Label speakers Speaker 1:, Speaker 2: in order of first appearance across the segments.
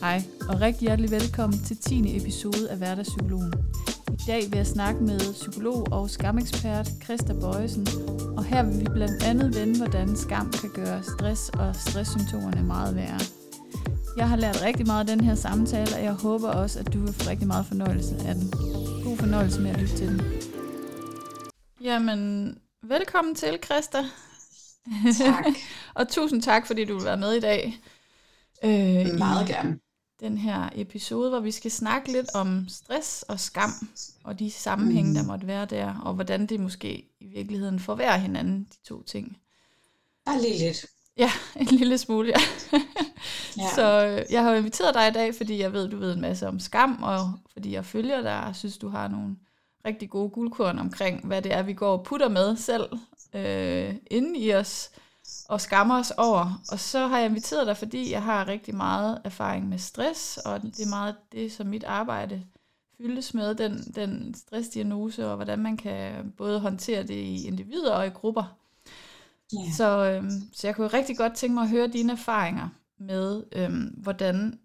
Speaker 1: Hej, og rigtig hjertelig velkommen til 10. episode af Hverdagspsykologen. I dag vil jeg snakke med psykolog og skamekspert Christa Bøjesen, og her vil vi blandt andet vende, hvordan skam kan gøre stress og stresssymptomerne meget værre. Jeg har lært rigtig meget af den her samtale, og jeg håber også, at du vil få rigtig meget fornøjelse af den. God fornøjelse med at lytte til den. Jamen, velkommen til, Christa.
Speaker 2: Tak.
Speaker 1: og tusind tak, fordi du vil være med i dag. Øh,
Speaker 2: Meget gerne.
Speaker 1: den her episode, hvor vi skal snakke lidt om stress og skam, og de sammenhænge, der måtte være der, og hvordan det måske i virkeligheden forværrer hinanden, de to ting.
Speaker 2: Bare lige lidt.
Speaker 1: Ja, en lille smule, ja.
Speaker 2: Ja.
Speaker 1: Så øh, jeg har jo inviteret dig i dag, fordi jeg ved, du ved en masse om skam, og fordi jeg følger dig, og synes, du har nogle rigtig gode guldkorn omkring, hvad det er, vi går og putter med selv øh, inde i os, og skammer os over. Og så har jeg inviteret dig, fordi jeg har rigtig meget erfaring med stress, og det er meget det, som mit arbejde fyldes med, den, den stressdiagnose, og hvordan man kan både håndtere det i individer og i grupper.
Speaker 2: Ja.
Speaker 1: Så, øhm, så jeg kunne rigtig godt tænke mig at høre dine erfaringer med, øhm, hvordan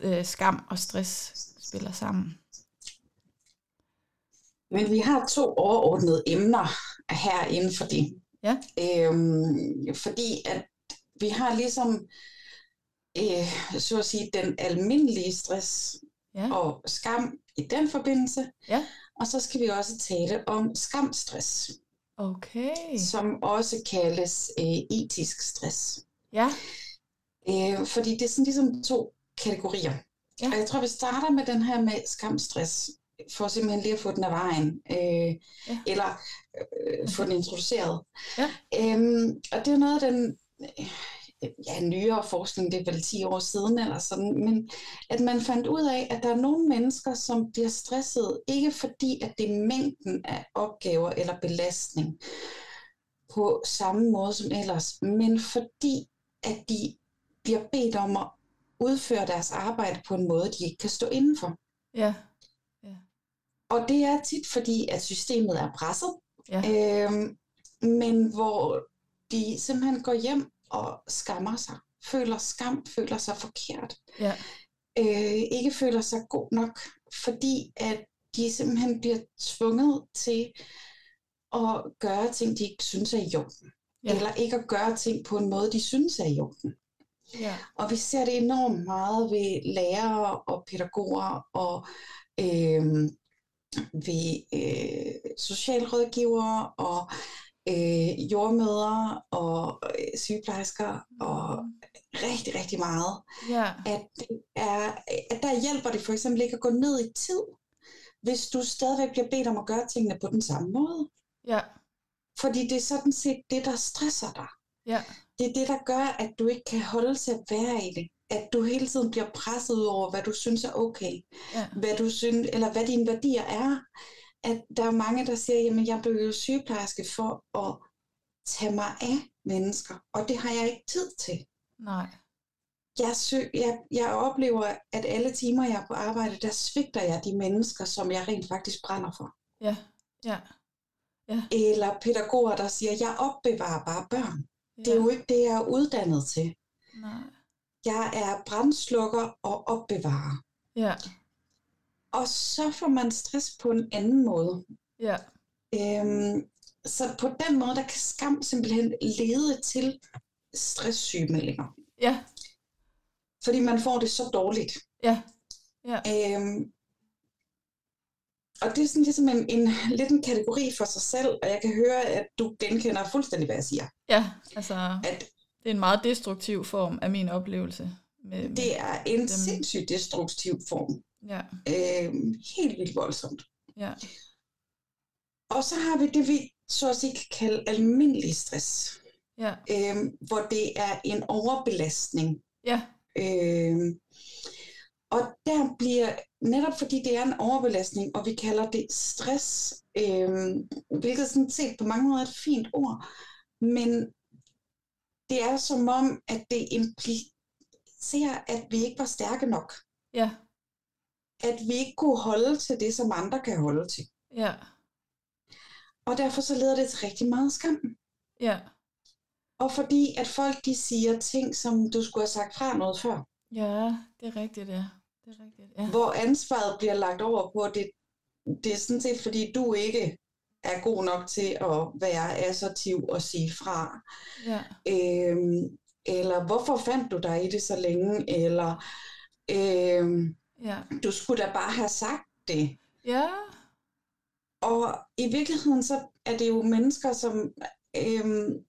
Speaker 1: øh, skam og stress spiller sammen.
Speaker 2: Men vi har to overordnede emner her inden for det.
Speaker 1: Ja.
Speaker 2: Øhm, fordi at vi har ligesom, øh, så at sige, den almindelige stress
Speaker 1: Ja.
Speaker 2: og skam i den forbindelse.
Speaker 1: Ja.
Speaker 2: Og så skal vi også tale om skamstress,
Speaker 1: Okay.
Speaker 2: som også kaldes øh, etisk stress.
Speaker 1: Ja,
Speaker 2: Øh, fordi det er sådan ligesom to kategorier.
Speaker 1: Ja.
Speaker 2: Ja. Og jeg tror, vi starter med den her med skamstress, for simpelthen lige at få den af vejen, øh,
Speaker 1: Ja.
Speaker 2: ja. eller øh, få den introduceret.
Speaker 1: Ja.
Speaker 2: Øhm, og det er noget af den øh, ja, nyere forskning, det er vel 10 år siden eller sådan, men at man fandt ud af, at der er nogle mennesker, som bliver stresset, ikke fordi, at det er mængden af opgaver eller belastning på samme måde som ellers, men fordi, at de bliver bedt om at udføre deres arbejde på en måde, de ikke kan stå indenfor.
Speaker 1: ja,
Speaker 2: Og det er tit fordi, at systemet er presset,
Speaker 1: Ja.
Speaker 2: øhm, men hvor de simpelthen går hjem og skammer sig, føler skam, føler sig forkert,
Speaker 1: Ja.
Speaker 2: øh, ikke føler sig god nok, fordi at de simpelthen bliver tvunget til at gøre ting, de ikke synes er i orden,
Speaker 1: Ja.
Speaker 2: eller ikke at gøre ting på en måde, de synes er i orden.
Speaker 1: ja,
Speaker 2: Og vi ser det enormt meget ved lærere og pædagoger og øh, ved øh, socialrådgivere og øh, jordmødre og øh, sygeplejersker og rigtig, rigtig meget.
Speaker 1: ja,
Speaker 2: At, det er, at der hjælper det for eksempel ikke at gå ned i tid, hvis du stadigvæk bliver bedt om at gøre tingene på den samme måde.
Speaker 1: ja,
Speaker 2: Fordi det er sådan set det, der stresser dig.
Speaker 1: ja,
Speaker 2: Det er det, der gør, at du ikke kan holde til at være i det. At du hele tiden bliver presset ud over, hvad du synes er okay.
Speaker 1: ja,
Speaker 2: Hvad du synes, eller hvad dine værdier er. At der er mange, der siger, jamen jeg blev jo sygeplejerske for at tage mig af mennesker. Og det har jeg ikke tid til.
Speaker 1: nej,
Speaker 2: Jeg, søg, jeg, jeg oplever, at alle timer, jeg er på arbejde, der svigter jeg de mennesker, som jeg rent faktisk brænder for.
Speaker 1: ja, ja,
Speaker 2: Eller pædagoger, der siger, jeg opbevarer bare børn. Det er
Speaker 1: ja,
Speaker 2: jo ikke det, jeg er uddannet til.
Speaker 1: nej,
Speaker 2: Jeg er brændslukker og opbevarer.
Speaker 1: ja,
Speaker 2: Og så får man stress på en anden måde.
Speaker 1: ja,
Speaker 2: Øhm, så på den måde, der kan skam simpelthen lede til stresssygemeldinger.
Speaker 1: ja,
Speaker 2: Fordi man får det så dårligt.
Speaker 1: Ja. Ja.
Speaker 2: Øhm, og det er sådan ligesom en, en, lidt en kategori for sig selv, og jeg kan høre, at du genkender fuldstændig, hvad jeg siger.
Speaker 1: ja, altså
Speaker 2: At
Speaker 1: det er en meget destruktiv form af min oplevelse. Med, med,
Speaker 2: det er en
Speaker 1: Dem-
Speaker 2: sindssygt destruktiv form.
Speaker 1: ja,
Speaker 2: Øhm, helt vildt voldsomt.
Speaker 1: ja,
Speaker 2: Og så har vi det, vi så at sige kan kalde almindelig stress,
Speaker 1: ja,
Speaker 2: øhm, hvor det er en overbelastning.
Speaker 1: ja,
Speaker 2: Øhm, og der bliver, netop fordi det er en overbelastning, og vi kalder det stress, øhm, hvilket sådan set på mange måder er et fint ord, men det er som om, at det implicerer, at vi ikke var stærke nok.
Speaker 1: ja,
Speaker 2: At vi ikke kunne holde til det, som andre kan holde til.
Speaker 1: ja,
Speaker 2: Og derfor så leder det til rigtig meget skam.
Speaker 1: ja,
Speaker 2: Og fordi at folk de siger ting, som du skulle have sagt fra noget før.
Speaker 1: Ja, det er rigtigt, ja. Det er rigtigt, ja.
Speaker 2: hvor ansvaret bliver lagt over på, at det, det er sådan set, fordi du ikke er god nok til at være assertiv og sige fra.
Speaker 1: ja.
Speaker 2: Øhm, eller hvorfor fandt du dig i det så længe? Eller øhm,
Speaker 1: Ja.
Speaker 2: du skulle da bare have sagt det.
Speaker 1: Ja.
Speaker 2: Og i virkeligheden så er det jo mennesker, som øhm,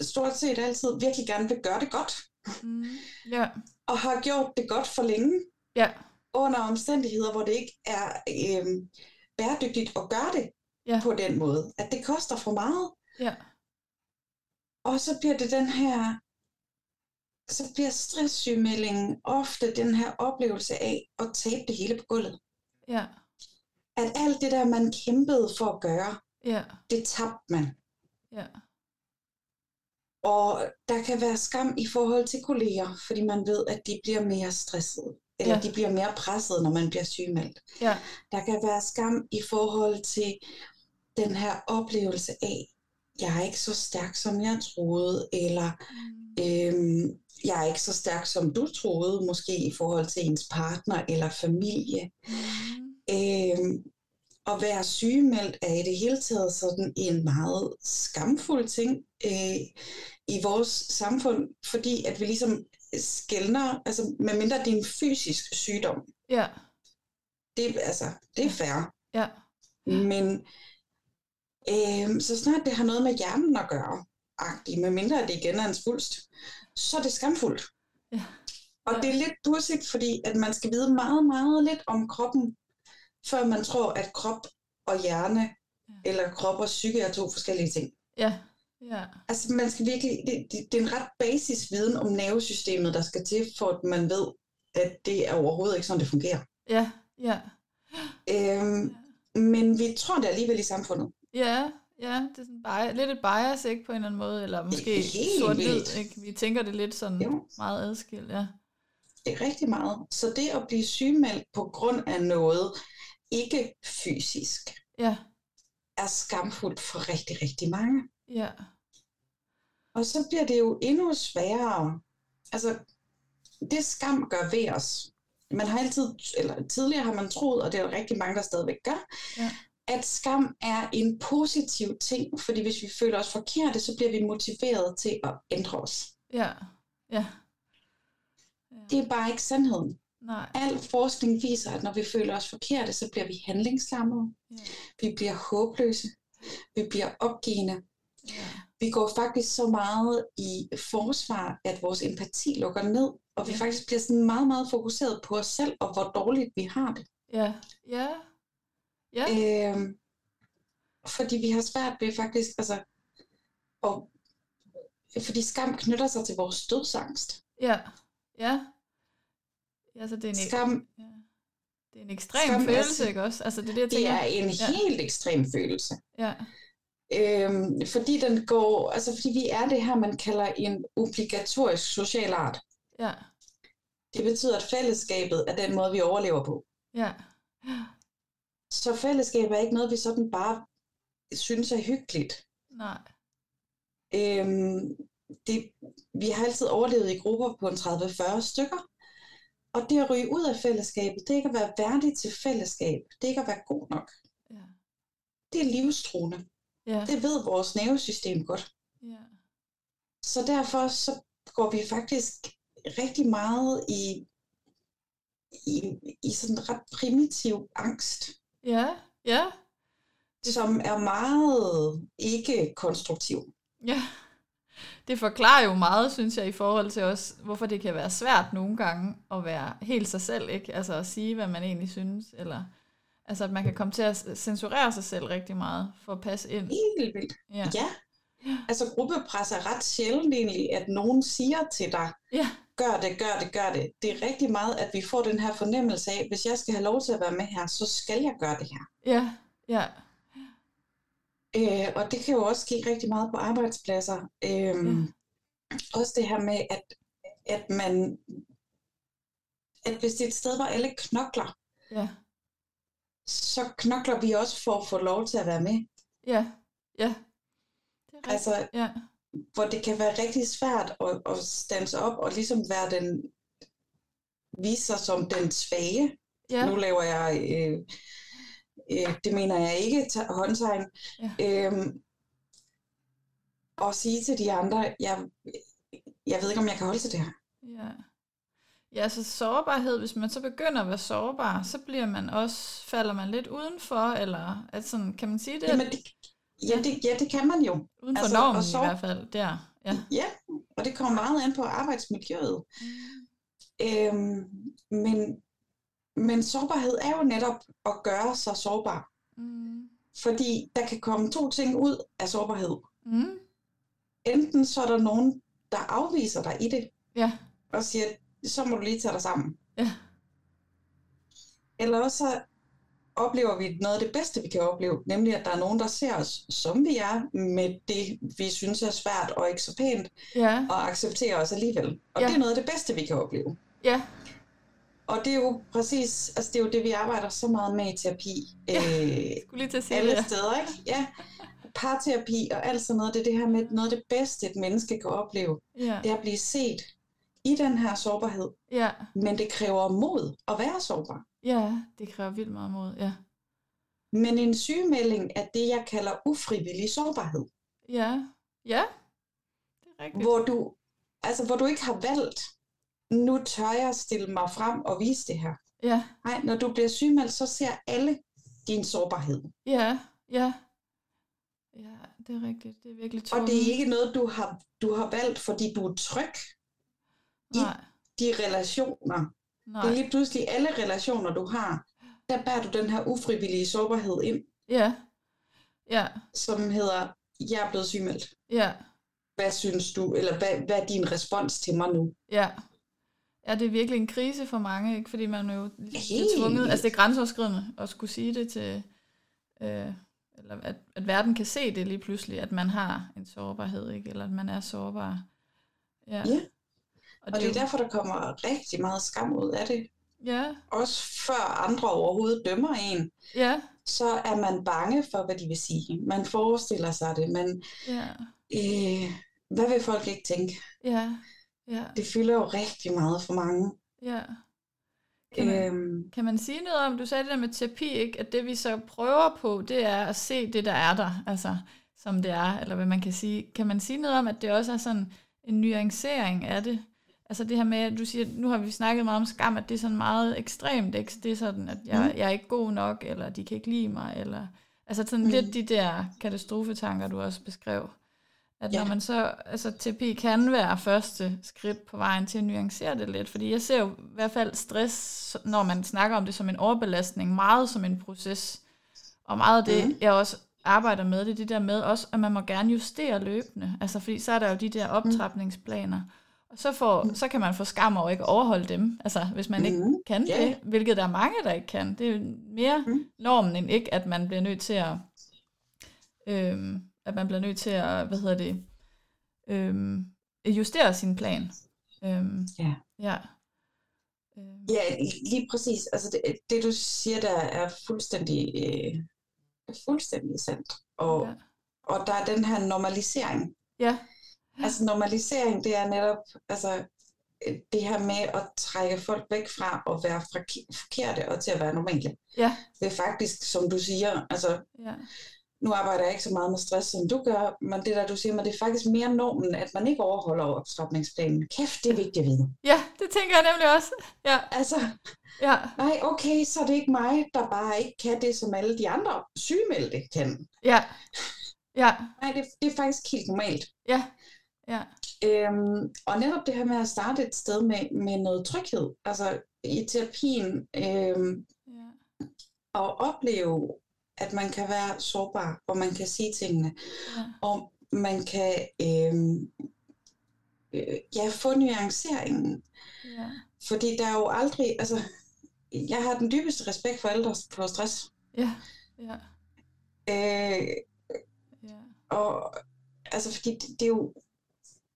Speaker 2: stort set altid virkelig gerne vil gøre det godt,
Speaker 1: Mm. Ja.
Speaker 2: og har gjort det godt for længe,
Speaker 1: Ja.
Speaker 2: under omstændigheder, hvor det ikke er øhm, bæredygtigt at gøre det
Speaker 1: Ja.
Speaker 2: på den måde. At det koster for meget,
Speaker 1: Ja.
Speaker 2: og så bliver det den her, så bliver stresssygemeldingen ofte den her oplevelse af at tabe det hele på gulvet.
Speaker 1: Ja.
Speaker 2: At alt det der, man kæmpede for at gøre,
Speaker 1: Ja.
Speaker 2: det tabte man.
Speaker 1: Ja.
Speaker 2: Og der kan være skam i forhold til kolleger, fordi man ved, at de bliver mere stressede, eller
Speaker 1: Ja.
Speaker 2: ja. de bliver mere presset, når man bliver sygemeldt.
Speaker 1: Ja.
Speaker 2: Der kan være skam i forhold til den her oplevelse af, jeg er ikke så stærk, som jeg troede, eller
Speaker 1: Mm.
Speaker 2: øhm, jeg er ikke så stærk, som du troede, måske i forhold til ens partner eller familie.
Speaker 1: Mm.
Speaker 2: Øhm, at være sygemeldt er i det hele taget sådan en meget skamfuld ting øh, i vores samfund, fordi at vi ligesom skældner, altså medmindre det er en fysisk sygdom,
Speaker 1: Ja.
Speaker 2: det, altså, det er fair,
Speaker 1: Ja.
Speaker 2: men øh, så snart det har noget med hjernen at gøre, agtigt, medmindre at det igen er en svulst, så er det skamfuldt.
Speaker 1: Ja.
Speaker 2: Og
Speaker 1: Ja.
Speaker 2: det er lidt pudsigt, fordi at man skal vide meget, meget lidt om kroppen, før man tror, at krop og hjerne,
Speaker 1: Ja.
Speaker 2: ja. eller krop og psyke er to forskellige ting.
Speaker 1: Ja. Ja.
Speaker 2: Altså man skal virkelig, det, det, det er en ret basisviden om nervesystemet, der skal til, for at man ved, at det er overhovedet ikke sådan, det fungerer.
Speaker 1: Ja. Ja.
Speaker 2: Øhm, men vi tror det alligevel i samfundet.
Speaker 1: Ja, ja, det er sådan bias, lidt et bias, ikke, på en eller anden måde, eller måske
Speaker 2: helt
Speaker 1: sort-hvid,
Speaker 2: vildt.
Speaker 1: ikke? Vi tænker det lidt sådan
Speaker 2: Jo.
Speaker 1: meget adskilt, ja.
Speaker 2: Det er rigtig meget. Så det at blive sygemeldt på grund af noget ikke fysisk,
Speaker 1: Ja,
Speaker 2: er skamfuldt for rigtig, rigtig mange.
Speaker 1: ja,
Speaker 2: Og så bliver det jo endnu sværere. Altså, det skam gør ved os. Man har altid, eller tidligere har man troet, og det er jo rigtig mange, der stadigvæk gør,
Speaker 1: Ja.
Speaker 2: at skam er en positiv ting, fordi hvis vi føler os forkerte, så bliver vi motiveret til at ændre os.
Speaker 1: ja, ja.
Speaker 2: Det er bare ikke sandheden.
Speaker 1: Nej,
Speaker 2: Al forskning viser, at når vi føler os forkerte, så bliver vi handlingslammede,
Speaker 1: ja,
Speaker 2: vi bliver håbløse, vi bliver opgivende,
Speaker 1: ja,
Speaker 2: vi går faktisk så meget i forsvar, at vores empati lukker ned, og vi
Speaker 1: Ja.
Speaker 2: faktisk bliver sådan meget, meget fokuseret på os selv, og hvor dårligt vi har det.
Speaker 1: ja, ja, ja,
Speaker 2: Øhm, fordi vi har svært ved faktisk, altså, og, fordi skam knytter sig til vores dødsangst.
Speaker 1: ja, ja. Ja, så det er en, e- ek-
Speaker 2: Skam
Speaker 1: ja. det er en ekstrem
Speaker 2: Skam er
Speaker 1: følelse,
Speaker 2: sådan-
Speaker 1: ikke også? Altså, det er det, jeg
Speaker 2: det
Speaker 1: tænker.
Speaker 2: er en
Speaker 1: Ja.
Speaker 2: helt ekstrem følelse.
Speaker 1: Ja,
Speaker 2: Øhm, fordi den går, altså fordi vi er det her, man kalder en obligatorisk social art.
Speaker 1: ja,
Speaker 2: Det betyder, at fællesskabet er den måde, vi overlever på.
Speaker 1: ja,
Speaker 2: Så fællesskab er ikke noget, vi sådan bare synes er hyggeligt.
Speaker 1: nej,
Speaker 2: Øhm, det, vi har altid overlevet i grupper på en 30-40 stykker. Og det at ryge ud af fællesskabet, det er ikke at være værdig til fællesskab. Det er ikke at være god nok.
Speaker 1: ja,
Speaker 2: Det er livstruende.
Speaker 1: ja,
Speaker 2: Det ved vores nervesystem godt.
Speaker 1: ja,
Speaker 2: Så derfor så går vi faktisk rigtig meget i, i, i sådan ret primitiv angst,
Speaker 1: ja, ja,
Speaker 2: som er meget ikke konstruktiv.
Speaker 1: Ja, det forklarer jo meget, synes jeg, i forhold til også, hvorfor det kan være svært nogle gange at være helt sig selv, ikke? Altså at sige, hvad man egentlig synes, eller altså at man kan komme til at censurere sig selv rigtig meget for at passe ind.
Speaker 2: Helt vildt.
Speaker 1: Ja,
Speaker 2: Ja.
Speaker 1: Ja.
Speaker 2: Altså gruppepres er ret sjældent egentlig, at nogen siger til dig,
Speaker 1: ja,
Speaker 2: gør det, gør det, gør det. Det er rigtig meget, at vi får den her fornemmelse af, hvis jeg skal have lov til at være med her, så skal jeg gøre det her.
Speaker 1: ja, ja,
Speaker 2: Øh, og det kan jo også ske rigtig meget på arbejdspladser. Øh,
Speaker 1: Ja.
Speaker 2: Også det her med, at, at man at hvis det er et sted, hvor alle knokler,
Speaker 1: ja,
Speaker 2: så knokler vi også for at få lov til at være med.
Speaker 1: ja, ja. Det er rigtigt.
Speaker 2: Altså,
Speaker 1: Ja,
Speaker 2: hvor det kan være rigtig svært at, at stanse op og ligesom være den, vise sig som den svage. Ja. Nu laver jeg, øh, øh, det mener jeg ikke, ta- håndtegn.
Speaker 1: Ja.
Speaker 2: Øhm, og sige til de andre, jeg, jeg ved ikke, om jeg kan holde til det her.
Speaker 1: Ja. Ja, så sårbarhed, hvis man så begynder at være sårbar, så bliver man også, falder man lidt udenfor, eller at sådan, kan man sige det?
Speaker 2: Jamen, det, ja, det, ja, det kan man jo.
Speaker 1: Uden for altså,
Speaker 2: altså,
Speaker 1: normen
Speaker 2: og
Speaker 1: så... i
Speaker 2: sår-
Speaker 1: hvert fald, der. Ja.
Speaker 2: Ja, og det kommer meget an på arbejdsmiljøet. Øhm, men, men sårbarhed er jo netop at gøre sig sårbar.
Speaker 1: Mm.
Speaker 2: Fordi der kan komme to ting ud af sårbarhed.
Speaker 1: Mm.
Speaker 2: Enten så er der nogen, der afviser dig i det,
Speaker 1: Ja.
Speaker 2: og siger, så må du lige tage dig sammen.
Speaker 1: Ja.
Speaker 2: Eller også så oplever vi noget af det bedste, vi kan opleve, nemlig at der er nogen, der ser os, som vi er, med det, vi synes er svært og ikke så pænt,
Speaker 1: Ja.
Speaker 2: og accepterer os alligevel.
Speaker 1: Ja.
Speaker 2: Og ja. det er noget af det bedste, vi kan opleve.
Speaker 1: Ja.
Speaker 2: Og det er jo præcis, altså det er jo det, vi arbejder så meget med i terapi.
Speaker 1: Ja.
Speaker 2: Øh,
Speaker 1: Skulle lige til at sige det.
Speaker 2: alle
Speaker 1: ja.
Speaker 2: steder, ikke? Ja. Parterapi og alt sådan noget, det er det her med noget af det bedste, et menneske kan opleve.
Speaker 1: Ja.
Speaker 2: Det er at blive set i den her sårbarhed.
Speaker 1: ja.
Speaker 2: Men det kræver mod at være sårbar.
Speaker 1: Ja, det kræver vildt meget mod. Ja.
Speaker 2: Men en sygemelding er det, jeg kalder ufrivillig sårbarhed.
Speaker 1: Ja. Ja. Det er rigtigt.
Speaker 2: Hvor du, altså, hvor du ikke har valgt, nu tør jeg stille mig frem og vise det her.
Speaker 1: Ja.
Speaker 2: Nej, når du bliver sygemeldt, så ser alle din sårbarhed.
Speaker 1: Ja. Ja. Ja, det er rigtigt. Det er virkelig
Speaker 2: Og
Speaker 1: tungt.
Speaker 2: det er ikke noget, du har, du har valgt, fordi du er tryg i
Speaker 1: Nej.
Speaker 2: de relationer, Det er
Speaker 1: Nej.
Speaker 2: lige pludselig alle relationer, du har, der bærer du den her ufrivillige sårbarhed ind,
Speaker 1: Ja. Ja.
Speaker 2: som hedder, jeg er blevet sygemeldt.
Speaker 1: Ja.
Speaker 2: Hvad synes du, eller hvad, hvad er din respons til mig nu?
Speaker 1: Ja. Ja, det er virkelig en krise for mange, ikke? Fordi man er jo ligesom
Speaker 2: Helt
Speaker 1: Helt. tvunget,
Speaker 2: vildt.
Speaker 1: altså det er grænseoverskridende at skulle sige det til, øh, eller at, at verden kan se det lige pludselig, at man har en sårbarhed, ikke? Eller at man er sårbar. Ja.
Speaker 2: Ja.
Speaker 1: Og,
Speaker 2: Og det er
Speaker 1: jo-
Speaker 2: derfor, der kommer rigtig meget skam ud af det.
Speaker 1: Ja,
Speaker 2: Også før andre overhovedet dømmer en,
Speaker 1: ja,
Speaker 2: så er man bange for, hvad de vil sige. Man forestiller sig det, men
Speaker 1: ja,
Speaker 2: øh, hvad vil folk ikke tænke?
Speaker 1: ja, ja,
Speaker 2: Det fylder jo rigtig meget for mange.
Speaker 1: ja. Kan man,
Speaker 2: Øhm,
Speaker 1: kan man sige noget om, du sagde det der med terapi, ikke? at det vi så prøver på, det er at se det, der er der, altså som det er, eller hvad man kan sige. Kan man sige noget om, at det også er sådan en nuancering af det? Altså det her med, at du siger, nu har vi snakket meget om skam, at det er sådan meget ekstremt, ikke? det er sådan, at jeg,
Speaker 2: Mm.
Speaker 1: jeg er ikke god nok, eller de kan ikke lide mig, eller altså sådan mm.
Speaker 2: Mm.
Speaker 1: lidt de der katastrofetanker, du også beskrev. At når
Speaker 2: Ja.
Speaker 1: man så, altså terapi kan være første skridt på vejen til at nuancere det lidt, fordi jeg ser jo i hvert fald stress, når man snakker om det som en overbelastning, meget som en proces. Og meget af det,
Speaker 2: Mhm.
Speaker 1: jeg også arbejder med, det er det der med også, at man må gerne justere løbende. Altså fordi så er der jo de
Speaker 2: Mm.
Speaker 1: der optrapningsplaner. Og så, får, så kan man få skam over ikke at overholde dem, altså hvis man ikke
Speaker 2: Mhm.
Speaker 1: kan
Speaker 2: Ja,
Speaker 1: det, hvilket der er mange, der ikke kan. Det er jo mere
Speaker 2: Mhm.
Speaker 1: normen end ikke, at man bliver nødt til at, øhm, at man bliver nødt til at, hvad hedder det, øhm, justere sin plan. Øhm,
Speaker 2: Ja.
Speaker 1: Ja. Øhm,
Speaker 2: Ja, lige præcis. Altså det, det du siger der er fuldstændig øh, fuldstændig sandt. Og, ja.
Speaker 1: ja.
Speaker 2: og der er den her normalisering.
Speaker 1: Ja.
Speaker 2: Altså normalisering, det er netop altså øh, det her med at trække folk væk fra at være fraki- forkerte og til at være normale.
Speaker 1: Ja.
Speaker 2: Det er faktisk, som du siger, altså
Speaker 1: Ja.
Speaker 2: nu arbejder jeg ikke så meget med stress, som du gør, men det der du siger, men det er faktisk mere normen, at man ikke overholder opstrapningsplanen. Kæft, det er vigtigt at vide.
Speaker 1: ja, det tænker jeg nemlig også. Ja,
Speaker 2: Altså,
Speaker 1: ja,
Speaker 2: Nej, okay, så er det ikke mig, der bare ikke kan det, som alle de andre sygemeldte kan.
Speaker 1: ja, ja,
Speaker 2: Nej, det, det er faktisk helt normalt.
Speaker 1: ja, ja,
Speaker 2: Øhm, og netop det her med at starte et sted med, med noget tryghed, altså i terapien, øhm,
Speaker 1: ja,
Speaker 2: og opleve, at man kan være sårbar, og man kan sige tingene,
Speaker 1: ja.
Speaker 2: og man kan øhm, øh, ja, få nuanceringen.
Speaker 1: ja.
Speaker 2: Fordi der er jo aldrig, altså, jeg har den dybeste respekt for ældre på stress.
Speaker 1: Ja, ja,
Speaker 2: Øh,
Speaker 1: ja.
Speaker 2: Og altså, fordi det, det, er jo,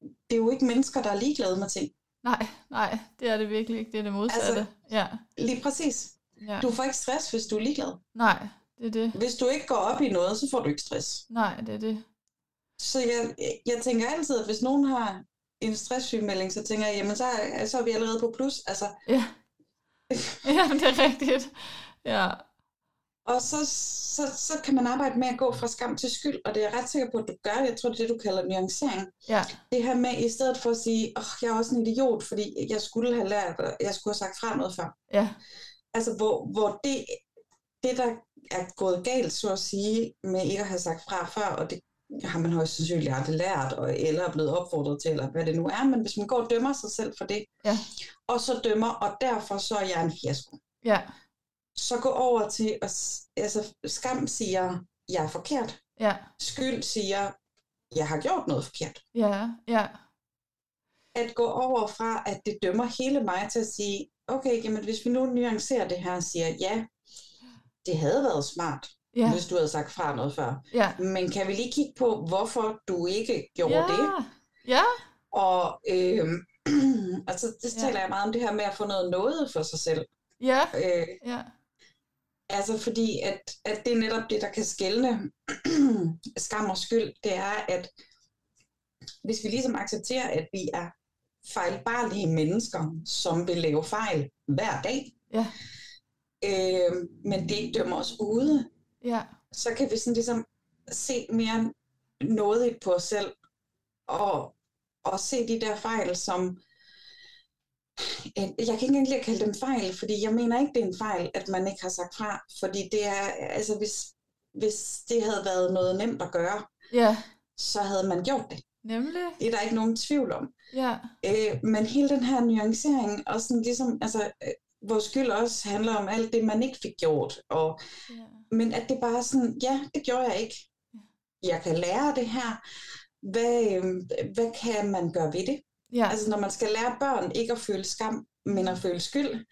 Speaker 2: det er jo ikke mennesker, der er ligeglade med ting.
Speaker 1: Nej, nej, det er det virkelig ikke. Det er det modsatte. Altså, ja,
Speaker 2: Lige præcis.
Speaker 1: ja.
Speaker 2: Du får ikke stress, hvis du er ligeglad.
Speaker 1: Nej, det er det.
Speaker 2: Hvis du ikke går op i noget, så får du ikke stress.
Speaker 1: Nej, det er det.
Speaker 2: Så jeg, jeg tænker altid, at hvis nogen har en stresssygemelding, så tænker jeg, jamen så, er- så er vi allerede på plus. Altså,
Speaker 1: Ja. ja, det er rigtigt. Ja,
Speaker 2: og så, så, så kan man arbejde med at gå fra skam til skyld, og det er jeg ret sikker på, at du gør. Jeg tror, det er det, du kalder nuancering.
Speaker 1: ja,
Speaker 2: Det her med, i stedet for at sige, åh, oh, jeg er også en idiot, fordi jeg skulle have lært, og jeg skulle have sagt fra noget før.
Speaker 1: ja,
Speaker 2: Altså, hvor, hvor det, det, der er gået galt, så at sige, med ikke at have sagt fra før, og det har man højst sandsynligt aldrig lært, og, eller er blevet opfordret til, eller hvad det nu er, men hvis man går og dømmer sig selv for det,
Speaker 1: Ja.
Speaker 2: og så dømmer, og derfor så er jeg en fiasko.
Speaker 1: ja,
Speaker 2: Så gå over til, at, s- altså skam siger, jeg er forkert.
Speaker 1: ja,
Speaker 2: Skyld siger, jeg har gjort noget forkert.
Speaker 1: ja, ja,
Speaker 2: At gå over fra, at det dømmer hele mig til at sige, okay, jamen hvis vi nu nuancerer det her og siger, ja, det havde været smart, ja.
Speaker 1: ja,
Speaker 2: hvis du havde sagt fra noget før.
Speaker 1: ja.
Speaker 2: Men kan vi lige kigge på, hvorfor du ikke gjorde
Speaker 1: ja.
Speaker 2: det?
Speaker 1: Ja,
Speaker 2: Og, øh, og så, så
Speaker 1: Ja.
Speaker 2: ja. taler jeg meget om det her med at få noget noget for sig selv.
Speaker 1: ja,
Speaker 2: Øh,
Speaker 1: ja,
Speaker 2: altså fordi, at, at det er netop det, der kan skælne skam og skyld, det er, at hvis vi ligesom accepterer, at vi er fejlbarlige mennesker, som vil lave fejl hver dag,
Speaker 1: Ja.
Speaker 2: øh, men det ikke dømmer os ude,
Speaker 1: ja,
Speaker 2: så kan vi sådan ligesom se mere nådigt på os selv, og, og se de der fejl som, Øh, jeg kan ikke engang lide at kalde dem fejl, fordi jeg mener ikke, det er en fejl, at man ikke har sagt fra, fordi det er, altså hvis, hvis det havde været noget nemt at gøre,
Speaker 1: ja,
Speaker 2: så havde man gjort det.
Speaker 1: nemlig,
Speaker 2: Det er der ikke nogen tvivl om.
Speaker 1: ja,
Speaker 2: Øh, men hele den her nuancering, og sådan ligesom, altså, øh, hvor skyld også handler om alt det, man ikke fik gjort, og
Speaker 1: ja,
Speaker 2: men at det bare er sådan, ja, det gjorde jeg ikke. Jeg kan lære af det her. Hvad, øhm, hvad kan man gøre ved det?
Speaker 1: ja,
Speaker 2: Altså når man skal lære børn ikke at føle skam, men at føle skyld,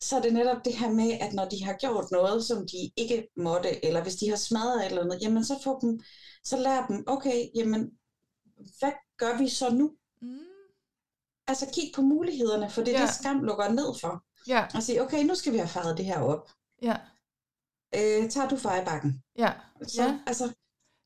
Speaker 2: så er det netop det her med, at når de har gjort noget, som de ikke måtte, eller hvis de har smadret et eller andet, jamen så får dem, så lærer dem, okay, jamen hvad gør vi så nu?
Speaker 1: mm,
Speaker 2: Altså kig på mulighederne, for det er
Speaker 1: Ja.
Speaker 2: ja. det, skam lukker ned for.
Speaker 1: ja,
Speaker 2: Og sige, okay, nu skal vi have faret det her op.
Speaker 1: ja,
Speaker 2: Øh, tager du fejbakken?
Speaker 1: ja.
Speaker 2: Så,
Speaker 1: Ja.
Speaker 2: Altså,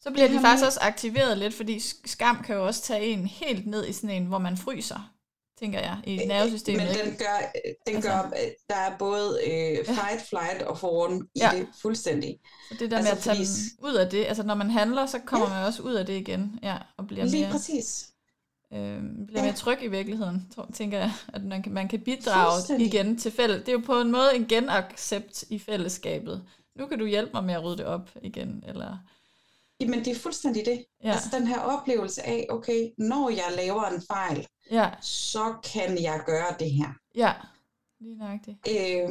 Speaker 1: Så bliver
Speaker 2: Det
Speaker 1: de
Speaker 2: her
Speaker 1: faktisk
Speaker 2: med-
Speaker 1: også aktiveret lidt, fordi sk- skam kan jo også tage en helt ned i sådan en, hvor man fryser, tænker jeg, i nervesystemet.
Speaker 2: Øh, Men
Speaker 1: ikke?
Speaker 2: den gør, øh, den
Speaker 1: Altså-
Speaker 2: gør der er både øh, fight, flight og forhånden i
Speaker 1: Ja.
Speaker 2: ja. det fuldstændig.
Speaker 1: Så det der altså,
Speaker 2: altså,
Speaker 1: med at tage
Speaker 2: fordi-
Speaker 1: dem ud af det, altså når man handler, så kommer ja. man også ud af det igen, ja, og bliver
Speaker 2: Lige
Speaker 1: mere...
Speaker 2: præcis.
Speaker 1: øh, bliver
Speaker 2: Ja.
Speaker 1: mere tryg i virkeligheden, tror- tænker jeg, at man kan, man kan bidrage
Speaker 2: Fuldstændig.
Speaker 1: igen til fælles. Det er jo på en måde en genaccept i fællesskabet. Nu kan du hjælpe mig med at rydde det op igen, eller...
Speaker 2: Jamen det er fuldstændig det. Ja.
Speaker 1: Ja,
Speaker 2: Altså den her oplevelse af, okay, når jeg laver en fejl,
Speaker 1: ja,
Speaker 2: så kan jeg gøre det her.
Speaker 1: ja, lige nøjagtigt.
Speaker 2: Øh,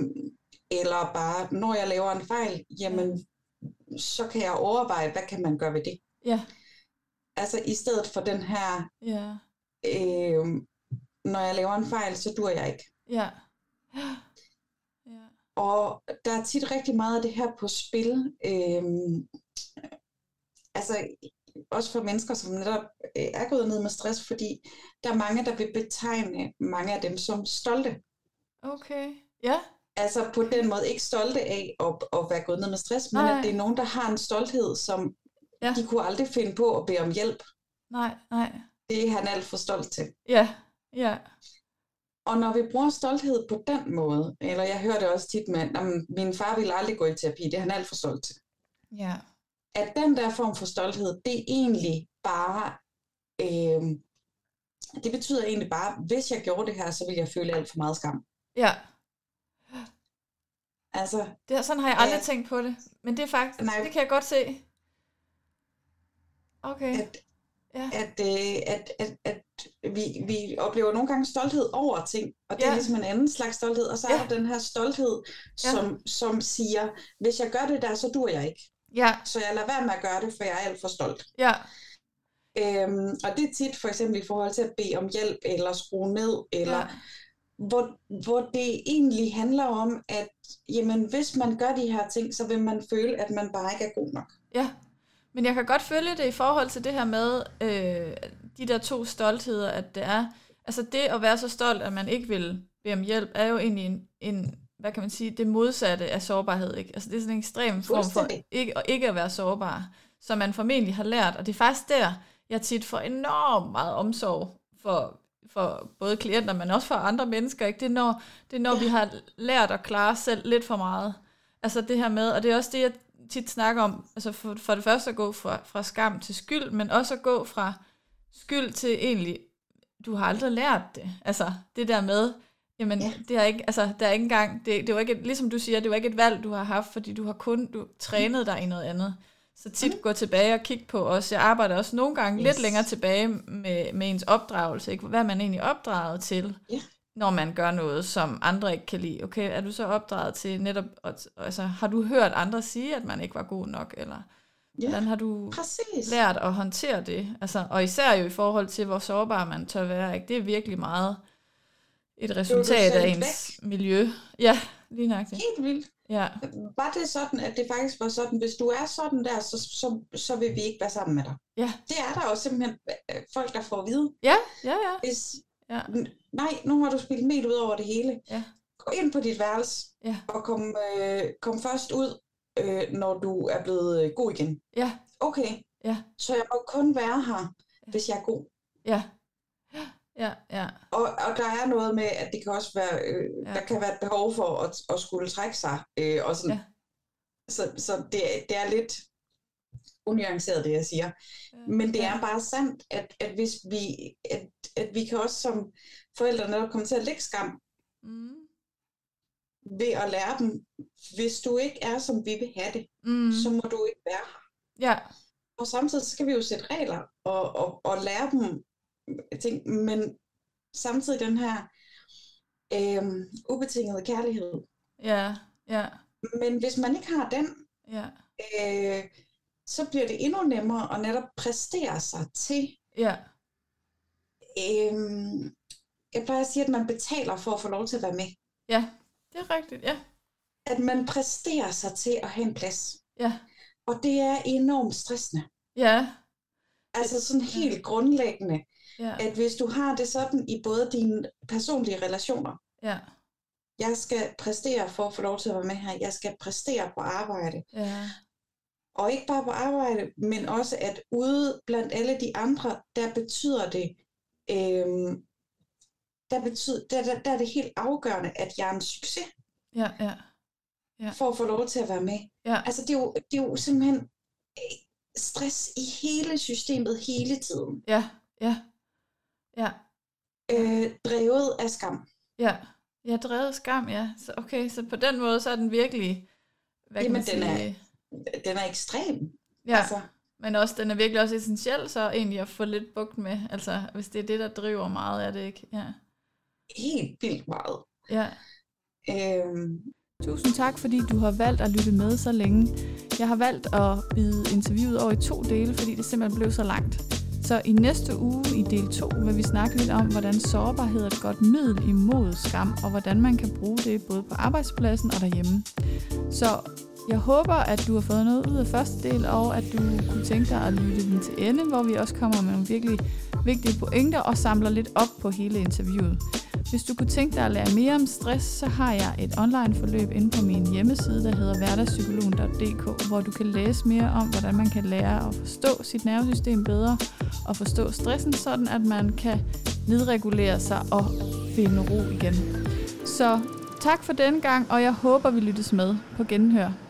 Speaker 2: eller bare, når jeg laver en fejl, jamen så kan jeg overveje, hvad kan man gøre ved det?
Speaker 1: Ja,
Speaker 2: Altså i stedet for den her,
Speaker 1: ja,
Speaker 2: øh, når jeg laver en fejl, så dur jeg ikke.
Speaker 1: ja. Ja,
Speaker 2: Og der er tit rigtig meget af det her på spil. Øhm, altså også for mennesker, som netop øh, er gået ned med stress, fordi der er mange, der vil betegne mange af dem som stolte.
Speaker 1: okay. Ja,
Speaker 2: Altså på den måde ikke stolte af at, at være gået ned med stress, men
Speaker 1: Nej.
Speaker 2: at det er nogen, der har en stolthed, som
Speaker 1: Ja.
Speaker 2: ja. de kunne aldrig finde på at bede om hjælp.
Speaker 1: nej, nej.
Speaker 2: Det er han alt for stolt til.
Speaker 1: Ja, ja,
Speaker 2: Og når vi bruger stolthed på den måde, eller jeg hører det også tit med, at min far ville aldrig gå i terapi, det er han alt for stolt til.
Speaker 1: ja,
Speaker 2: at den der form for stolthed, det er egentlig bare, øh, det betyder egentlig bare, hvis jeg gjorde det her, så ville jeg føle alt for meget skam.
Speaker 1: ja.
Speaker 2: Altså,
Speaker 1: Det, er- sådan har jeg aldrig
Speaker 2: Ja.
Speaker 1: tænkt på det. Men det er faktisk,
Speaker 2: Nej.
Speaker 1: det kan jeg godt se. Okay,
Speaker 2: at,
Speaker 1: Ja.
Speaker 2: at, øh, at, at, at vi, vi oplever nogle gange stolthed over ting, og det
Speaker 1: Ja.
Speaker 2: er ligesom en anden slags stolthed, og så er
Speaker 1: Ja.
Speaker 2: der den her stolthed,
Speaker 1: Ja.
Speaker 2: som, som siger, hvis jeg gør det der, så dur jeg ikke.
Speaker 1: ja,
Speaker 2: Så jeg lader være med at gøre det, for jeg er alt for stolt.
Speaker 1: ja,
Speaker 2: Øhm, og det er tit for eksempel i forhold til at bede om hjælp, eller skrue ned, eller
Speaker 1: ja,
Speaker 2: hvor, hvor det egentlig handler om, at jamen, hvis man gør de her ting, så vil man føle, at man bare ikke er god nok.
Speaker 1: ja. Men jeg kan godt følge det i forhold til det her med øh, de der to stoltheder, at det er, altså det at være så stolt, at man ikke vil bede om hjælp, er jo egentlig en, en hvad kan man sige, det modsatte af sårbarhed, ikke? Altså det er sådan en ekstrem form for
Speaker 2: Fuldstændig.
Speaker 1: ikke, og ikke at være sårbar, som man formentlig har lært, og det er faktisk der, jeg tit får enormt meget omsorg for, for både klienter, men også for andre mennesker. Ikke? Det er når, det er, når ja. vi har lært at klare os selv lidt for meget. Altså det her med, og det er også det, jeg tit snakker om, altså for, for det første at gå fra, fra skam til skyld, men også at gå fra skyld til egentlig, du har aldrig lært det. Altså det der med, Jamen, ja. det er ikke, altså, der er ikke engang, det, det var ikke, et, ligesom du siger, det var ikke et valg, du har haft, fordi du har kun du, trænet dig i noget andet. Så tit mm. gå tilbage og kigge på os. Jeg arbejder også nogle gange yes. lidt længere tilbage med, med ens opdragelse. Ikke? Hvad er man egentlig opdraget til, yeah. når man gør noget, som andre ikke kan lide? Okay, er du så opdraget til netop, altså, har du hørt andre sige, at man ikke var god nok, eller... Yeah. Hvordan har du
Speaker 2: Præcis.
Speaker 1: lært at håndtere det? Altså, og især jo i forhold til, hvor sårbar man tør være. Ikke? Det er virkelig meget et resultat af ens væk. miljø. Ja, lige nøjagtigt.
Speaker 2: Helt vildt.
Speaker 1: Ja.
Speaker 2: Var det sådan, at det faktisk var sådan, hvis du er sådan der, så, så, så vil vi ikke være sammen med dig?
Speaker 1: Ja.
Speaker 2: Det er der jo simpelthen øh, folk, der får at vide.
Speaker 1: Ja, ja, ja.
Speaker 2: Hvis,
Speaker 1: ja.
Speaker 2: Nej, nu har du spillet mel ud over det hele.
Speaker 1: Ja.
Speaker 2: Gå ind på dit værelse,
Speaker 1: ja.
Speaker 2: og kom, øh, kom først ud, øh, når du er blevet øh, god igen.
Speaker 1: Ja.
Speaker 2: Okay,
Speaker 1: ja.
Speaker 2: så jeg må kun være her, ja. hvis jeg er god.
Speaker 1: Ja, Ja, ja.
Speaker 2: Og, og der er noget med, at det kan også være, øh, ja. der kan være et behov for at, at skulle trække sig. Øh, og sådan. Ja. Så, så det, det er lidt unuanceret, det jeg siger. Ja. Men det ja. er bare sandt, at, at hvis vi, at, at vi kan også som forældre netop komme til at lægge skam
Speaker 1: mm.
Speaker 2: ved at lære dem, hvis du ikke er, som vi vil have det,
Speaker 1: mm.
Speaker 2: så må du ikke være her.
Speaker 1: Ja.
Speaker 2: Og samtidig skal vi jo sætte regler og, og, og lære dem ting, men samtidig den her øh, ubetingede kærlighed.
Speaker 1: Ja, ja,
Speaker 2: Men hvis man ikke har den,
Speaker 1: ja,
Speaker 2: øh, så bliver det endnu nemmere at netop præstere sig til.
Speaker 1: ja,
Speaker 2: Øh, jeg plejer at sige, at man betaler for at få lov til at være med.
Speaker 1: ja. Det er rigtigt, ja,
Speaker 2: At man præsterer sig til at have en plads.
Speaker 1: ja,
Speaker 2: Og det er enormt stressende.
Speaker 1: ja,
Speaker 2: Altså sådan helt grundlæggende,
Speaker 1: ja,
Speaker 2: at hvis du har det sådan i både dine personlige relationer,
Speaker 1: ja,
Speaker 2: jeg skal præstere for at få lov til at være med her. Jeg skal præstere på arbejde.
Speaker 1: ja,
Speaker 2: Og ikke bare på arbejde, men også at ude blandt alle de andre, der betyder det, øhm, der, betyder, der, der, der er det helt afgørende, at jeg er en succes
Speaker 1: ja, ja, Ja.
Speaker 2: for at få lov til at være med.
Speaker 1: Ja.
Speaker 2: Altså det er, jo, det er jo simpelthen øh, stress i hele systemet hele tiden,
Speaker 1: ja, ja, ja,
Speaker 2: øh, drevet af skam.
Speaker 1: ja, ja, drevet skam, ja. Så, okay, så på den måde, så er den virkelig, hvad kan
Speaker 2: Jamen,
Speaker 1: man
Speaker 2: den er-
Speaker 1: sige?
Speaker 2: Den er ekstrem.
Speaker 1: ja,
Speaker 2: Altså,
Speaker 1: men også, den er virkelig også essentiel, så egentlig at få lidt bugt med, altså, hvis det er det, der driver meget, er det ikke? Ja,
Speaker 2: helt vildt meget.
Speaker 1: ja.
Speaker 2: Øhm,
Speaker 1: Tusind tak, fordi du har valgt at lytte med så længe. Jeg har valgt at bide interviewet over i to dele, fordi det simpelthen blev så langt. Så i næste uge i del 2 vil vi snakke lidt om, hvordan sårbarhed er et godt middel imod skam, og hvordan man kan bruge det både på arbejdspladsen og derhjemme. Så jeg håber, at du har fået noget ud af første del, og at du kunne tænke dig at lytte den til ende, hvor vi også kommer med nogle virkelig vigtige pointer og samler lidt op på hele interviewet. Hvis du kunne tænke dig at lære mere om stress, så har jeg et online forløb inde på min hjemmeside, der hedder hverdagspsykologen.dk, hvor du kan læse mere om, hvordan man kan lære at forstå sit nervesystem bedre og forstå stressen, sådan at man kan nedregulere sig og finde ro igen. Så tak for denne gang, og jeg håber, vi lyttes med på genhør.